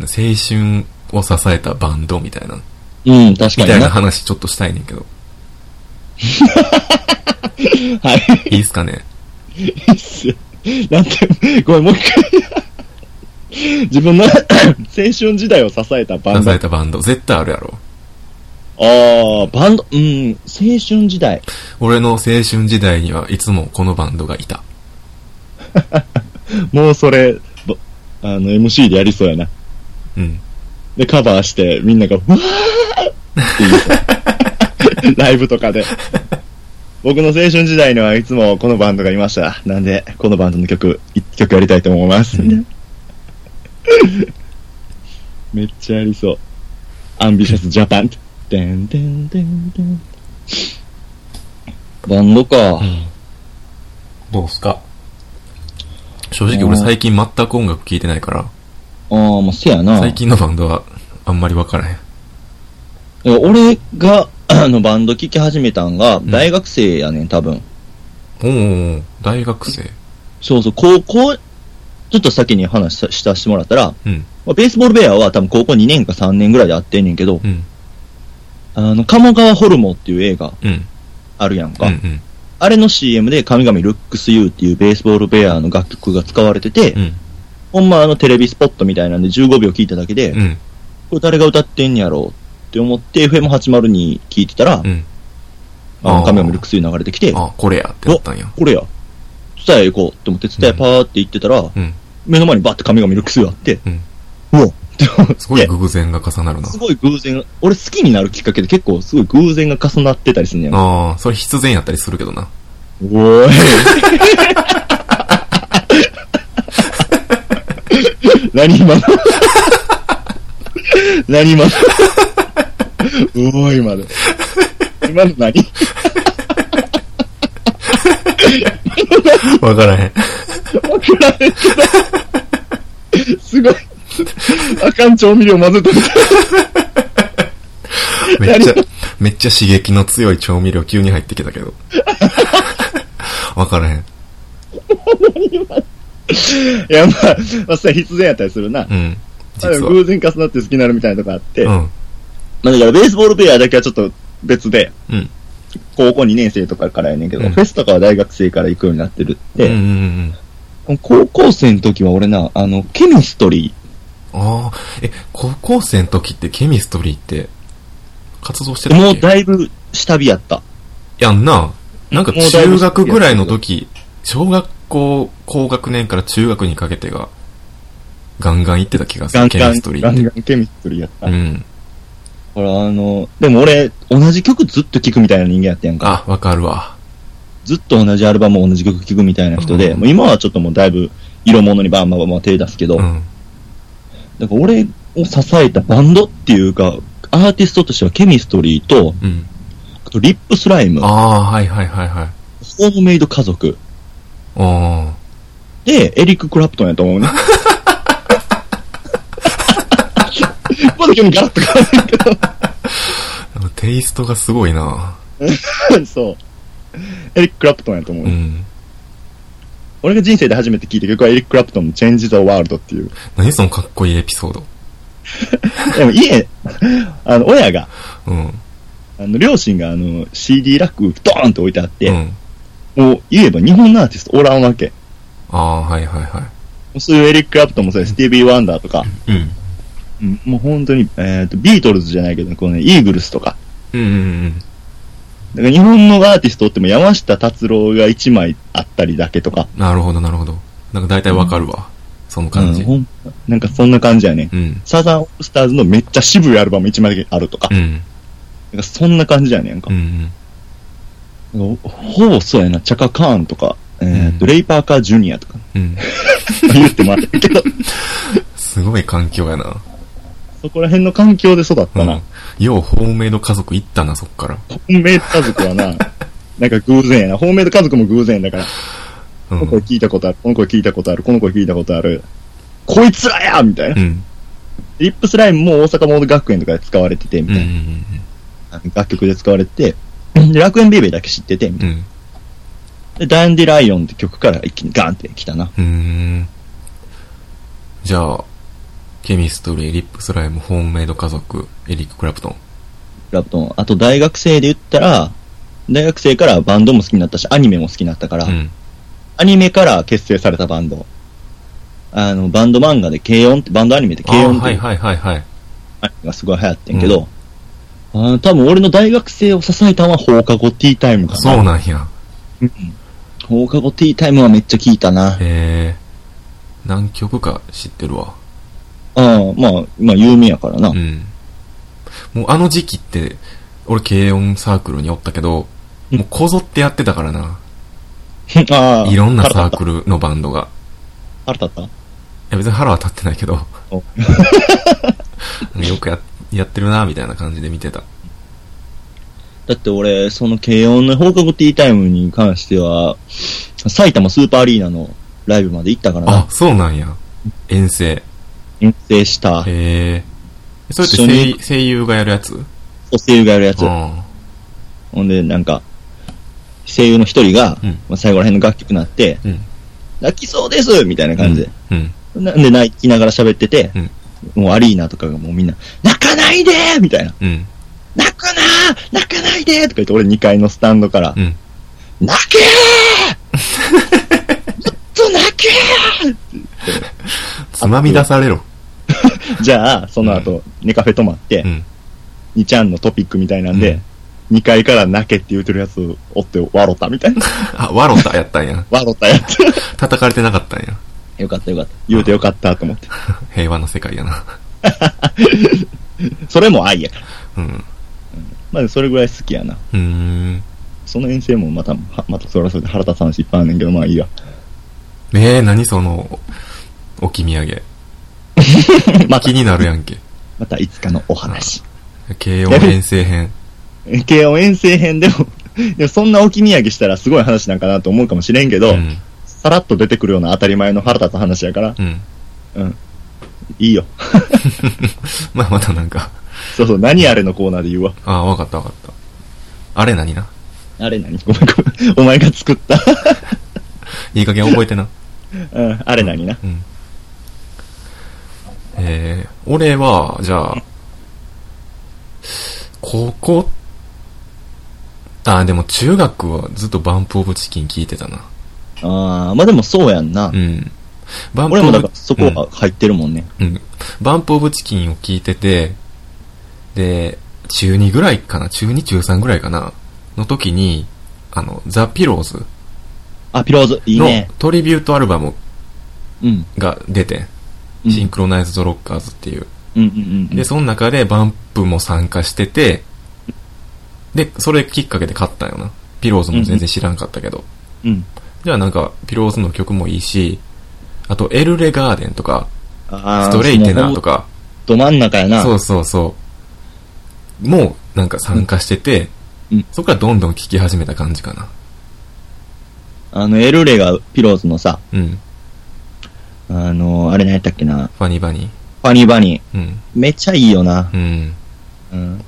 [SPEAKER 1] 青春を支えたバンドみたいな、
[SPEAKER 2] うん、確
[SPEAKER 1] み
[SPEAKER 2] か
[SPEAKER 1] た
[SPEAKER 2] に
[SPEAKER 1] いな
[SPEAKER 2] な。は
[SPEAKER 1] 話ちょっとしたいねんけど、
[SPEAKER 2] い。
[SPEAKER 1] いいっすかね
[SPEAKER 2] いい っすよなんて、ごめん、もう一回。自分の 青春時代を支えたバン
[SPEAKER 1] 支
[SPEAKER 2] ド。
[SPEAKER 1] え
[SPEAKER 2] あ
[SPEAKER 1] たバンド、絶対あるやろ。
[SPEAKER 2] あ、バンド、うん、青春時代。
[SPEAKER 1] 俺の青春時代にはいつもこのバンドがいた。
[SPEAKER 2] もうそれ、ぼあの、MC でやりそうやな。
[SPEAKER 1] うん。
[SPEAKER 2] で、カバーして、みんなが、わーって 言う。ライブとかで。僕の青春時代にはいつもこのバンドがいました。なんで、このバンドの曲、一曲やりたいと思います。みたいな めっちゃありそう。アンビシャスジャパン。てんてんてんてん。バンドか。
[SPEAKER 1] どうすか正直俺最近全く音楽聴いてないから、
[SPEAKER 2] ああ、まあ、せやな。
[SPEAKER 1] 最近のバンドはあんまりわからへん。
[SPEAKER 2] いや俺が、あの、バンド聴き始めたんが、大学生やねん、多分。
[SPEAKER 1] おうおうおう大学生。
[SPEAKER 2] そうそう、高校、ちょっと先に話さしたしてもらったら、
[SPEAKER 1] うん。
[SPEAKER 2] まあベースボールベアは多分高校2年か3年ぐらいで会ってんねんけど、
[SPEAKER 1] うん。
[SPEAKER 2] あの、鴨川ホルモンっていう映画
[SPEAKER 1] うん。
[SPEAKER 2] あるやんか。
[SPEAKER 1] うんうん。
[SPEAKER 2] あれの CM で神々ルックスユーっていうベースボールベアの楽曲が使われてて、
[SPEAKER 1] うん。
[SPEAKER 2] ほんまあのテレビスポットみたいなんで15秒聞いただけで、
[SPEAKER 1] うん。
[SPEAKER 2] これ誰が歌ってんやろうって思って FM802 聞いてたら、
[SPEAKER 1] うん。
[SPEAKER 2] あ
[SPEAKER 1] あ
[SPEAKER 2] の
[SPEAKER 1] ー
[SPEAKER 2] 画面を見る薬流れてきて、
[SPEAKER 1] あ、これやってなったんや。
[SPEAKER 2] これや、ツタヤ行こうって思ってツタヤパーって行ってたら、
[SPEAKER 1] うん。
[SPEAKER 2] 目の前にバッて紙がミルクスがあって、
[SPEAKER 1] うん
[SPEAKER 2] うわって思って
[SPEAKER 1] すごい偶然が重なるな。
[SPEAKER 2] すごい偶然、俺好きになるきっかけで結構すごい偶然が重なってたりするんやん。お
[SPEAKER 1] ああ、それ必然やったりするけどな。
[SPEAKER 2] ーい。何今の何今のおーいまで。今の何
[SPEAKER 1] わからへん。
[SPEAKER 2] わからんけど。すごい。あかん調味料混ぜたみた
[SPEAKER 1] め
[SPEAKER 2] い
[SPEAKER 1] っちゃ、めっちゃ刺激の強い調味料急に入ってきた けど。わからへん。
[SPEAKER 2] いや、まあ、まあ、それ必然やったりするな。
[SPEAKER 1] うん。
[SPEAKER 2] ま
[SPEAKER 1] 実
[SPEAKER 2] あでも
[SPEAKER 1] は。
[SPEAKER 2] 偶然重なって好きになるみたいなとこあって。
[SPEAKER 1] うん。
[SPEAKER 2] まあだからベースボールベアだけはちょっと別で、
[SPEAKER 1] うん。
[SPEAKER 2] 高校2年生とかからやねんけど、
[SPEAKER 1] うん
[SPEAKER 2] フェスとかは大学生から行くようになってるっ
[SPEAKER 1] うんうんう
[SPEAKER 2] て、
[SPEAKER 1] ん。
[SPEAKER 2] 高校生の時は俺な、あの、ケミストリ
[SPEAKER 1] ああ、え、高校生の時ってケミストリーって、活動して
[SPEAKER 2] ー、
[SPEAKER 1] た
[SPEAKER 2] も
[SPEAKER 1] っ
[SPEAKER 2] う
[SPEAKER 1] け
[SPEAKER 2] だいぶ下火やった。
[SPEAKER 1] やんな。なんか
[SPEAKER 2] もうだいぶ
[SPEAKER 1] 中学ぐらいの時、小学校、高学年から中学にかけてが、ガンガン行ってた気がす
[SPEAKER 2] ガン
[SPEAKER 1] る、ケ
[SPEAKER 2] ガ
[SPEAKER 1] ミ
[SPEAKER 2] ン、
[SPEAKER 1] ストリー
[SPEAKER 2] ガ
[SPEAKER 1] っ
[SPEAKER 2] ン
[SPEAKER 1] て。
[SPEAKER 2] ガンケミストリーやった。
[SPEAKER 1] うん。
[SPEAKER 2] ほら、あの、でも俺、同じ曲ずっと聴くみたいな人間やったやんか。
[SPEAKER 1] あ、わかるわ。
[SPEAKER 2] ずっと同じアルバム同じ曲聴くみたいな人で、
[SPEAKER 1] うん
[SPEAKER 2] もう今はちょっともうだいぶ色物にバンバンバンバン手出すけど、
[SPEAKER 1] うん。
[SPEAKER 2] だから俺を支えたバンドっていうか、アーティストとしてはケミストリーと、
[SPEAKER 1] うん。
[SPEAKER 2] あとリップスライム、ホ
[SPEAKER 1] ああ、はいはいはいはい。
[SPEAKER 2] ームメイド家族。
[SPEAKER 1] あ
[SPEAKER 2] で、エリック・クラプトンやと 思うね。まだ急にガラッと変わる
[SPEAKER 1] あ。テイストがすごいな。
[SPEAKER 2] けど、そう。エリック・クラプトンやと思う、
[SPEAKER 1] うん。
[SPEAKER 2] 俺が人生で初めて聴いた曲はエリック・クラプトンの Change the World っていう。
[SPEAKER 1] 何そのかっこいいエピソード。
[SPEAKER 2] でも家、あの、親が、
[SPEAKER 1] うん。
[SPEAKER 2] あの、両親があの、CD ラックドーンと置いてあって、
[SPEAKER 1] うん。
[SPEAKER 2] もう言えば日本のアーティストおらんわけ。
[SPEAKER 1] ああ、はいはいは
[SPEAKER 2] そういうエリック・クラプトンもそうやスティービー・ワンダーとか、
[SPEAKER 1] い。うん。
[SPEAKER 2] うんもう本当に、えっ、と、ビートルズじゃないけど、こうね、イーグルスとか、
[SPEAKER 1] うんうん
[SPEAKER 2] だから日本のアーティストっても山下達郎が1枚あったりだけとか。
[SPEAKER 1] うん。なるほどなるほど。なんか大体わかるわ。その感じ。
[SPEAKER 2] うんほんなんかそんな感じやね。
[SPEAKER 1] うん。
[SPEAKER 2] サザンオールスターズのめっちゃ渋いアルバム1枚だけあるとか。
[SPEAKER 1] うん。
[SPEAKER 2] なんかそんな感じやねんか
[SPEAKER 1] う。ん。
[SPEAKER 2] なんかほぼそうやな。チャカ・カーンとか、えーと、
[SPEAKER 1] うん
[SPEAKER 2] レイ・パーカー・ジュニアとか
[SPEAKER 1] うん。
[SPEAKER 2] 言ってもある けど、
[SPEAKER 1] すごい環境やな。
[SPEAKER 2] そこら辺の環境で育った
[SPEAKER 1] うん
[SPEAKER 2] な。。
[SPEAKER 1] よう、ホームメイド家族行ったな、そっから。
[SPEAKER 2] ホームメイド家族はな、なんか偶然やな。ホームメイド家族も偶然だから、
[SPEAKER 1] う
[SPEAKER 2] この声
[SPEAKER 1] ん。
[SPEAKER 2] 聞いたことある、この声聞いたことある、この声聞いたことある。こいつらやみたいな
[SPEAKER 1] う。ん。
[SPEAKER 2] リップスライムも大阪モード学園とかで使われてて、み
[SPEAKER 1] う
[SPEAKER 2] た
[SPEAKER 1] ん
[SPEAKER 2] いな。あの楽曲で使われてて、で楽園ベイベーだけ知ってて、み
[SPEAKER 1] うん。う
[SPEAKER 2] たい
[SPEAKER 1] ん。
[SPEAKER 2] な。で、ダンディライオンって曲から一気にガンって来たな。
[SPEAKER 1] うーん。じゃあ、ケミストリー、リップスライム、ホームメイド家族、エリック・クラプトン。
[SPEAKER 2] ラプトン。あと大学生で言ったら、大学生からバンドも好きになったし、アニメも好きになったから、
[SPEAKER 1] うん。
[SPEAKER 2] アニメから結成されたバンド。あの、バンド漫画で軽音って、バンドアニメで
[SPEAKER 1] あ
[SPEAKER 2] 軽
[SPEAKER 1] ー
[SPEAKER 2] 音って
[SPEAKER 1] はいいうはいはいはい。
[SPEAKER 2] アニメがすごい流行ってんけど、あー多分俺の大学生を支えたのは放課後ティータイムかな。
[SPEAKER 1] そうなんや。
[SPEAKER 2] 放課後ティータイムはめっちゃ聞いたな。
[SPEAKER 1] えー、何曲か知ってるわ。
[SPEAKER 2] ああ、まあ、まあ有名やからな。
[SPEAKER 1] うん。もうあの時期って、俺軽音サークルにおったけど、もうこぞってやってたからな。
[SPEAKER 2] ああ、
[SPEAKER 1] いろんなサ
[SPEAKER 2] 腹
[SPEAKER 1] ー
[SPEAKER 2] 立っ
[SPEAKER 1] クルのバンドが。
[SPEAKER 2] た。腹立っ
[SPEAKER 1] いや別に腹は立ってないけど。
[SPEAKER 2] お
[SPEAKER 1] よくややってるな、みたいな感じで見てた。
[SPEAKER 2] ただって俺、その軽音の放課後ティータイムに関しては、埼玉スーパーアリーナのライブまで行ったから
[SPEAKER 1] あ
[SPEAKER 2] な、。
[SPEAKER 1] そうなんや。遠征。へ
[SPEAKER 2] 遠征した、
[SPEAKER 1] え。それって
[SPEAKER 2] 一緒
[SPEAKER 1] 声
[SPEAKER 2] に
[SPEAKER 1] 声優がやるやつ
[SPEAKER 2] お声優がやるやつ。
[SPEAKER 1] あ
[SPEAKER 2] ほんで、なんか、声優の一人が、
[SPEAKER 1] うん
[SPEAKER 2] まあ最後ら辺の楽曲になって、
[SPEAKER 1] うん
[SPEAKER 2] 泣きそうですみたいな
[SPEAKER 1] あ。
[SPEAKER 2] 感じで。
[SPEAKER 1] うん。
[SPEAKER 2] なんで泣きながら喋ってて、
[SPEAKER 1] うん
[SPEAKER 2] もうアリーナとかがもうみんな、泣かないでみたいな。
[SPEAKER 1] うん。
[SPEAKER 2] 泣くなー泣かないでとか言って、俺2階のスタンドから、
[SPEAKER 1] うん。
[SPEAKER 2] 泣けーもっと泣けー
[SPEAKER 1] つまみ出されろ。
[SPEAKER 2] じゃあ、その後、ネカフェ泊まって
[SPEAKER 1] う、ん。
[SPEAKER 2] 2ちゃんのトピックみたいなんで、2階から泣けって言うてるやつおって笑ったみたいな。
[SPEAKER 1] あ、ワロタやったんや。
[SPEAKER 2] 笑ったやつ。
[SPEAKER 1] 叩かれてなかったんや。
[SPEAKER 2] よかったよかった。言うてよかったと思って。
[SPEAKER 1] 平和な世界やな。
[SPEAKER 2] それも愛やから。
[SPEAKER 1] うん。
[SPEAKER 2] まあ、それぐらい好きやな。
[SPEAKER 1] うーん。
[SPEAKER 2] その遠征もまた、はまたそらそれで腹立たんしいっぱいあんねんけど、まあい いや。
[SPEAKER 1] ねえ、何その、置き土産。
[SPEAKER 2] また
[SPEAKER 1] 気、になるやんけ。
[SPEAKER 2] またいつかのお話。
[SPEAKER 1] 慶応遠征編。
[SPEAKER 2] 慶応遠征編でも、でもそんな置き土産したらすごい話なんかなと思うかもしれんけど、
[SPEAKER 1] ん。
[SPEAKER 2] さらっと出てくるような当たり前の腹立つ話やから、
[SPEAKER 1] うん。
[SPEAKER 2] いいよ。
[SPEAKER 1] まあ、またなんか。
[SPEAKER 2] そうそう、何あれのコーナーで言うわ。
[SPEAKER 1] ああ、わかったわかった。あれ何な
[SPEAKER 2] あれ何ごめんごめん。お前が作った。
[SPEAKER 1] いい加減覚えて な。
[SPEAKER 2] うん、あれ何な。
[SPEAKER 1] うん。えー、俺は、じゃあ、高校あ、でも中学はずっとバンプオブチキン聞いてたな。
[SPEAKER 2] ああ、まあでもそうやんな
[SPEAKER 1] う。ん。バンプ
[SPEAKER 2] 俺
[SPEAKER 1] オ
[SPEAKER 2] もだか
[SPEAKER 1] ブ
[SPEAKER 2] ら、そこは入ってるもんね。
[SPEAKER 1] うん。バンプオブチキンを聞いてて、で、中2ぐらいかな中2、中3ぐらいかなの時に、あの、ザ・ピローズ
[SPEAKER 2] あ、ピローズ、いい
[SPEAKER 1] の
[SPEAKER 2] ね。
[SPEAKER 1] トリビュートアルバム
[SPEAKER 2] うん。
[SPEAKER 1] が出て、
[SPEAKER 2] うん
[SPEAKER 1] シンクロナイズド・ロッカーズっていう。
[SPEAKER 2] うんうんうん。
[SPEAKER 1] で、その中でバンプも参加してて、で、それきっかけで買ったんよな。ピローズも全然知らんかったけど。
[SPEAKER 2] うん。
[SPEAKER 1] じゃあなんか、ピローズの曲もいいし、あと、エルレガーデンとか、
[SPEAKER 2] あ
[SPEAKER 1] ス
[SPEAKER 2] ー
[SPEAKER 1] トレイテナーと。か、
[SPEAKER 2] そのど真ん中やな。
[SPEAKER 1] そうそうそう。もう、なんか参加してて、
[SPEAKER 2] うん
[SPEAKER 1] そこからどんどん聴き始めた感じかな。
[SPEAKER 2] あの、エルレがピローズのさ、
[SPEAKER 1] うん。
[SPEAKER 2] あの、あれ何やったっけな、
[SPEAKER 1] ファニーバニ
[SPEAKER 2] ファニーバニー。
[SPEAKER 1] ー。うん。
[SPEAKER 2] めっちゃいいよな。
[SPEAKER 1] うん。
[SPEAKER 2] うん。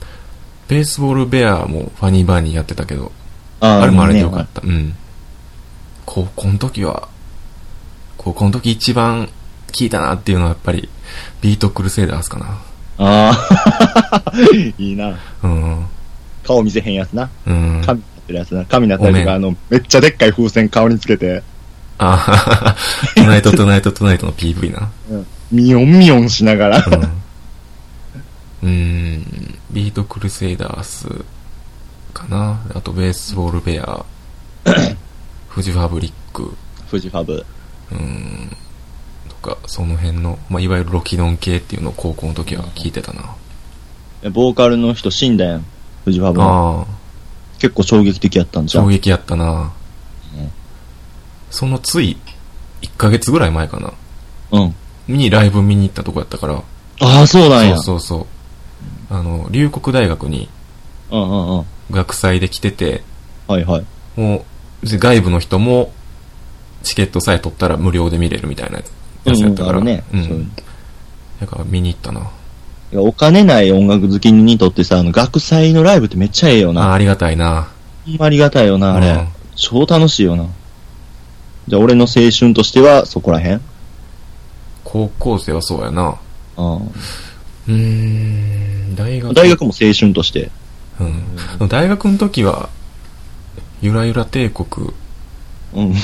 [SPEAKER 1] ベースボールベアもファニーバニーやってたけど、
[SPEAKER 2] あー
[SPEAKER 1] あれもあれでよ
[SPEAKER 2] ね
[SPEAKER 1] かった。うん。高校の時は、高校の時一番聴いたなっていうのはやっぱり、ビートクルセイダースかな。
[SPEAKER 2] ああ、 いいな。
[SPEAKER 1] うん。
[SPEAKER 2] 顔見せへんやつな。
[SPEAKER 1] うん。
[SPEAKER 2] 髪になってるやつな。髪になったり
[SPEAKER 1] ご
[SPEAKER 2] と
[SPEAKER 1] めん
[SPEAKER 2] か、あの、めっちゃでっかい風船顔につけて、
[SPEAKER 1] あは はトゥナイトトゥナイトトゥナイトの PV な。
[SPEAKER 2] ミヨンミヨンしながら。
[SPEAKER 1] うん。うん。ビートクルセイダースかな。あと、ベースボールベ ア、フジファブリック、
[SPEAKER 2] フジファブ。
[SPEAKER 1] うん。とか、その辺の、まあ、いわゆるロキドン系っていうのを高校の時は聞いてたな。
[SPEAKER 2] ボーカルの人死んだやん。フジファブの。
[SPEAKER 1] ああ。
[SPEAKER 2] 結構衝撃的やったんじゃ
[SPEAKER 1] 衝
[SPEAKER 2] ん。
[SPEAKER 1] 撃やったな、
[SPEAKER 2] ね
[SPEAKER 1] そのつい1ヶ月ぐらい前かな
[SPEAKER 2] うん。
[SPEAKER 1] にライブ見に行ったとこやったから
[SPEAKER 2] ああ、そうなんや。う
[SPEAKER 1] そうそうそうあの龍谷大学に
[SPEAKER 2] んうんうん。
[SPEAKER 1] 学祭で来てて
[SPEAKER 2] はいはい。
[SPEAKER 1] もうで外部の人もチケットさえ取ったら無料で見れるみたいなやつやったから、
[SPEAKER 2] うんうんあるね
[SPEAKER 1] うん
[SPEAKER 2] そういう
[SPEAKER 1] だから見に行ったない
[SPEAKER 2] やお金ない音楽好きにとってさ、あの、学祭のライブってめっちゃええよ
[SPEAKER 1] あ
[SPEAKER 2] な。
[SPEAKER 1] ありがたいな
[SPEAKER 2] ほんまありがたいよな、あれ。
[SPEAKER 1] うん
[SPEAKER 2] 超楽しいよな。じゃあ、俺の青春としては、そこらへん。
[SPEAKER 1] 高校生はそうやな
[SPEAKER 2] う
[SPEAKER 1] うーん大学
[SPEAKER 2] ん。大学も青春として。
[SPEAKER 1] うん大学の時はゆらゆら帝国
[SPEAKER 2] うん。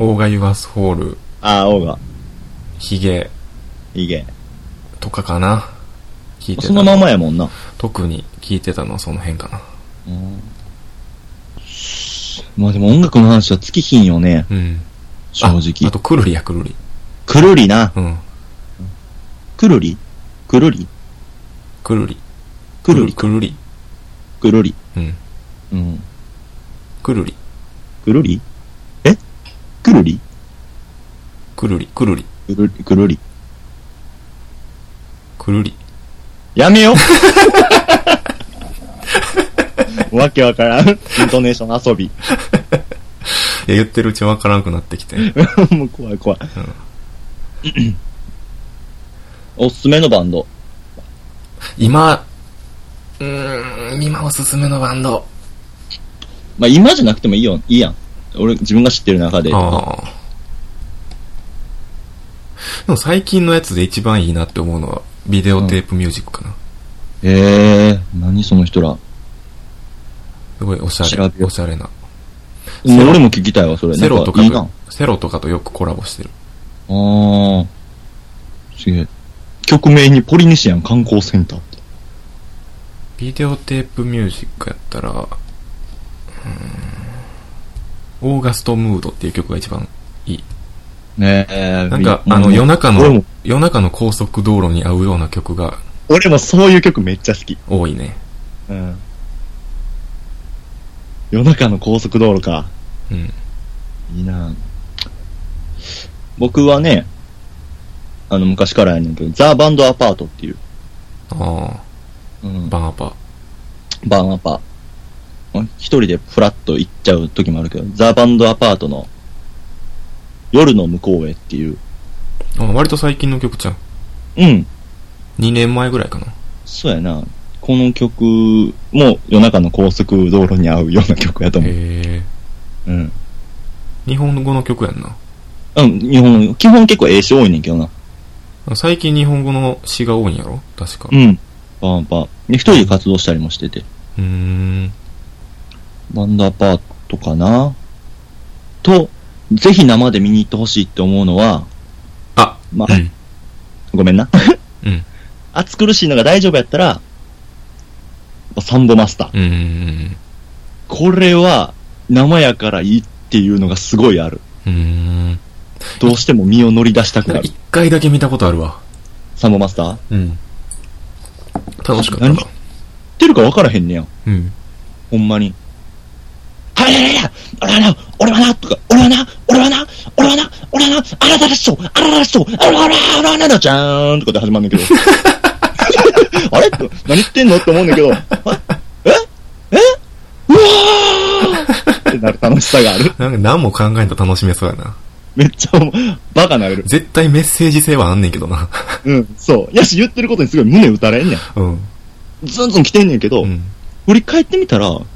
[SPEAKER 1] オーガユバスホール、
[SPEAKER 2] ああ、おうが。
[SPEAKER 1] ヒゲ
[SPEAKER 2] いいげ。
[SPEAKER 1] とかかな。聞いてた
[SPEAKER 2] そのままやもんな。
[SPEAKER 1] 特に聞いてたのはその辺かな。
[SPEAKER 2] うん。まあでも音楽の話は尽きひんよね。
[SPEAKER 1] うん。
[SPEAKER 2] 正
[SPEAKER 1] あ。
[SPEAKER 2] 直
[SPEAKER 1] あ。と、くるりやくるり。
[SPEAKER 2] くるりな。
[SPEAKER 1] うん。
[SPEAKER 2] くるりくるり
[SPEAKER 1] くるり。
[SPEAKER 2] くるり
[SPEAKER 1] くるり。
[SPEAKER 2] くるり。
[SPEAKER 1] うん。
[SPEAKER 2] うん。
[SPEAKER 1] くるり。
[SPEAKER 2] くるりえくるり
[SPEAKER 1] くるり。くるり。
[SPEAKER 2] くるり、くるり。
[SPEAKER 1] くるり。
[SPEAKER 2] やめよ わけわからん。イントネーション遊び。
[SPEAKER 1] いや、言ってるうちわからんくなってき て。
[SPEAKER 2] もう怖い怖い。おすすめのバンド。
[SPEAKER 1] 今、うーん、今おすすめのバンド。
[SPEAKER 2] まあ、今じゃなくてもいいよ、いいやん。俺、自分が知ってる中で。
[SPEAKER 1] ああ。でも最近のやつで一番いいなって思うのは、ビデオテープミュージックかな。
[SPEAKER 2] ええー、何その人ら。も
[SPEAKER 1] すごいおしゃ
[SPEAKER 2] 調べ
[SPEAKER 1] れ。
[SPEAKER 2] よう
[SPEAKER 1] おしゃれな。
[SPEAKER 2] う俺も聞きたいわ、それ。
[SPEAKER 1] セロとかと
[SPEAKER 2] なんいいな。あ
[SPEAKER 1] セロとかとよくコラボしてる。
[SPEAKER 2] ー。すげえ。曲名にポリネシアン観光センターって。
[SPEAKER 1] ビデオテープミュージックやったら、うーんオーガストムードっていう曲が一番いい。
[SPEAKER 2] ねえ。
[SPEAKER 1] なんか、
[SPEAKER 2] み
[SPEAKER 1] あの、夜中
[SPEAKER 2] 俺
[SPEAKER 1] の
[SPEAKER 2] も、
[SPEAKER 1] 夜中の高速道路に合うような曲が
[SPEAKER 2] 俺もそういう曲めっちゃ好き。
[SPEAKER 1] 多いね。
[SPEAKER 2] うん。夜中の高速道路か。
[SPEAKER 1] うん。
[SPEAKER 2] いいな僕はね、あの、昔からやねんけど、ザ・バンド・アパートっていう、
[SPEAKER 1] あ
[SPEAKER 2] うん
[SPEAKER 1] あ、バンアパ。
[SPEAKER 2] バンアパ。一人でフラッと行っちゃう時もあるけど、ザ・バンド・アパートの、夜の向こうへっていう、
[SPEAKER 1] あ割と最近の曲じゃん。
[SPEAKER 2] うん、
[SPEAKER 1] 2年前ぐらいかな。
[SPEAKER 2] そうやな。この曲も夜中の高速道路に合うような曲やと思う。
[SPEAKER 1] へえ。
[SPEAKER 2] うん。
[SPEAKER 1] 日本語の曲やんな。
[SPEAKER 2] うん、日本の、基本結構英詞多いねんけどな。
[SPEAKER 1] 最近日本語の詩が多いんやろ確か。
[SPEAKER 2] う。
[SPEAKER 1] うん
[SPEAKER 2] バンバン。で一人で活動したりもしてて。
[SPEAKER 1] ーん。
[SPEAKER 2] バンドアパートかなと、ぜひ生で見に行ってほしいって思うのは、
[SPEAKER 1] あ、
[SPEAKER 2] まあ
[SPEAKER 1] う、ん。
[SPEAKER 2] ごめんな。
[SPEAKER 1] うん。
[SPEAKER 2] 暑苦しいのが大丈夫やったら、サンボマスター。
[SPEAKER 1] うんうんうん。
[SPEAKER 2] これは、生やからいいっていうのがすごいある。
[SPEAKER 1] うーん。
[SPEAKER 2] どうしても身を乗り出したく
[SPEAKER 1] なん
[SPEAKER 2] な
[SPEAKER 1] か
[SPEAKER 2] る
[SPEAKER 1] 一。回だけ見たことあるわ。
[SPEAKER 2] サンボマスター知っ
[SPEAKER 1] うん。楽しかったな
[SPEAKER 2] 何。てるか分からへんねや。
[SPEAKER 1] うん。
[SPEAKER 2] ほんまに。はいやいやいや俺はな、俺はな、とか、俺はな、俺はな、俺はな、俺はな、あなたでしょあなたでしょあらあらあらあなたじゃーんとかで始まるんだけど。あれ何言ってんのって思うんだけど、えええうわーってなる楽しさがある。
[SPEAKER 1] なんか何も考えんと楽しめそうやな。
[SPEAKER 2] めっちゃ思う、バカなれる。
[SPEAKER 1] 絶対メッセージ性はあんねんけどな。
[SPEAKER 2] うん、そう。やし、言ってることにすごい胸打たれんねん。
[SPEAKER 1] うん。
[SPEAKER 2] ずんずん来てんねんけど、
[SPEAKER 1] うん。
[SPEAKER 2] 振り返ってみたら、
[SPEAKER 1] うん。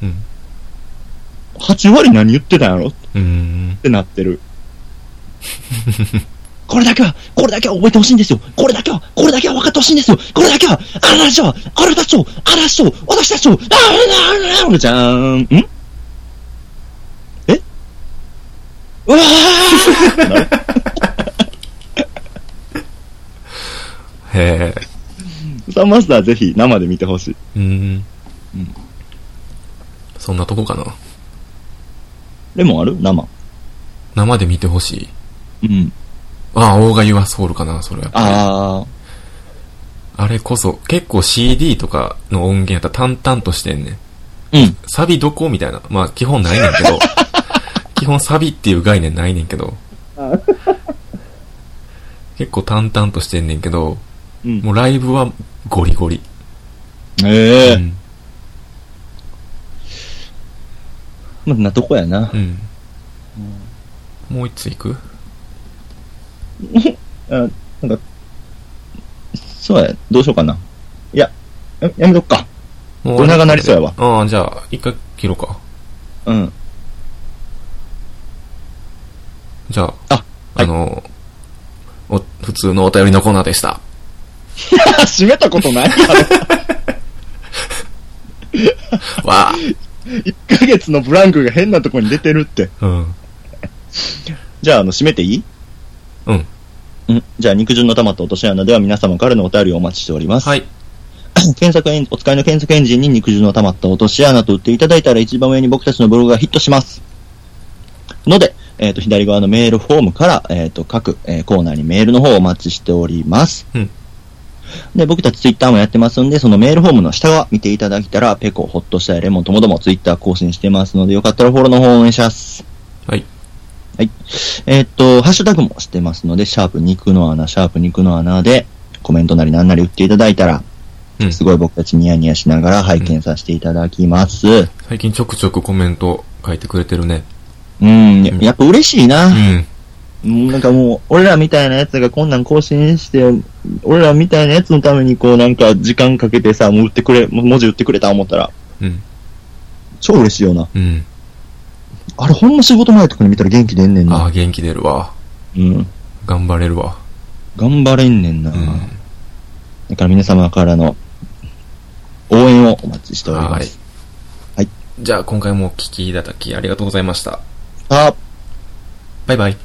[SPEAKER 2] 8割何言ってたんやろ
[SPEAKER 1] うーん
[SPEAKER 2] っ。てなってる。これだけは、これだけは覚えてほしいんですよ。これだけは、これだけは分かってほしいんですよ。これだけは、あなたたちは、あなたたちを、あなたたちを、私たちを、あなたたちを、じゃーん。んえうわー
[SPEAKER 1] へえ。
[SPEAKER 2] サンマスターぜひ生で見てほしい。
[SPEAKER 1] うーん。そんなとこかな。
[SPEAKER 2] レモンある生。
[SPEAKER 1] 生で見てほしい。
[SPEAKER 2] うん。
[SPEAKER 1] ああ、大賀ユアソウルかな、それは。
[SPEAKER 2] あ
[SPEAKER 1] あれこそ、結構 CD とかの音源やったら淡々としてんねん。
[SPEAKER 2] ー。うん。
[SPEAKER 1] サビどこみたいな。まあ、基本ないねんけど。基本サビっていう概念ないねんけど。結構淡々としてんねんけど、
[SPEAKER 2] うん
[SPEAKER 1] もうライブはゴリゴリ。
[SPEAKER 2] ええ
[SPEAKER 1] うん。
[SPEAKER 2] まあ、なとこやな
[SPEAKER 1] う。ん。もう一つ行く
[SPEAKER 2] あ、なんか、そうや、どうしようかな。いや、ややめとくか。
[SPEAKER 1] も
[SPEAKER 2] お長なりそうやわ。
[SPEAKER 1] ああ、じゃあ、一回切ろうか。
[SPEAKER 2] うん。
[SPEAKER 1] じゃあ、
[SPEAKER 2] あ、はい
[SPEAKER 1] あの、お、普通のお便りのコーナーでした。
[SPEAKER 2] 閉めたこと ないやろ。
[SPEAKER 1] わあ。
[SPEAKER 2] 1ヶ月のブランクが変なとこに出てるって。
[SPEAKER 1] うん。
[SPEAKER 2] じゃあ、あの、閉めていい
[SPEAKER 1] うん。
[SPEAKER 2] うん。じゃあ、肉汁の玉と落とし穴では皆様からのお便りをお待ちしております。
[SPEAKER 1] はい。
[SPEAKER 2] 検索エン、お使いの検索エンジンに肉汁の溜まった落とし穴と打っていただいたら一番上に僕たちのブログがヒットします。ので、えっ、と、左側のメールフォームから、えっ、と、各、えーコーナーにメールの方をお待ちしております。
[SPEAKER 1] うん
[SPEAKER 2] で、僕たちツイッターもやってますんで、そのメールフォームの下側見ていただけたら、ペコ、ホッとしたいレモンともどもツイッター更新してますので、よかったらフォローの方お願いします。
[SPEAKER 1] はい。
[SPEAKER 2] えっ、と、ハッシュタグもしてますので、シャープ肉の穴、シャープ肉の穴で、コメントなりなんなり打っていただいたら、
[SPEAKER 1] うん
[SPEAKER 2] すごい僕たちニヤニヤしながら拝見させていただきます。
[SPEAKER 1] 最近ちょくちょくコメント書いてくれてるね。
[SPEAKER 2] うん、や
[SPEAKER 1] うん
[SPEAKER 2] やっぱ嬉しいうな。
[SPEAKER 1] ん。
[SPEAKER 2] うんなんかもう、俺らみたいなやつがこんなん更新して、俺らみたいなやつのためにこうなんか時間かけてさ、もう打ってくれ、もう文字打ってくれた思ったら、
[SPEAKER 1] うん。
[SPEAKER 2] 超嬉しいよな。
[SPEAKER 1] うん。
[SPEAKER 2] あれほんの仕事前とかに見たら元気出んねん
[SPEAKER 1] ああ、
[SPEAKER 2] な。
[SPEAKER 1] 元気出るわ。
[SPEAKER 2] うん。
[SPEAKER 1] 頑張れるわ。
[SPEAKER 2] 頑張れんねんな。
[SPEAKER 1] うん。
[SPEAKER 2] だから皆様からの応援をお待ちしておりま
[SPEAKER 1] はい
[SPEAKER 2] す。。
[SPEAKER 1] じゃあ今回もお聞きいただきありがとうございました。
[SPEAKER 2] さあ、
[SPEAKER 1] バイバイ。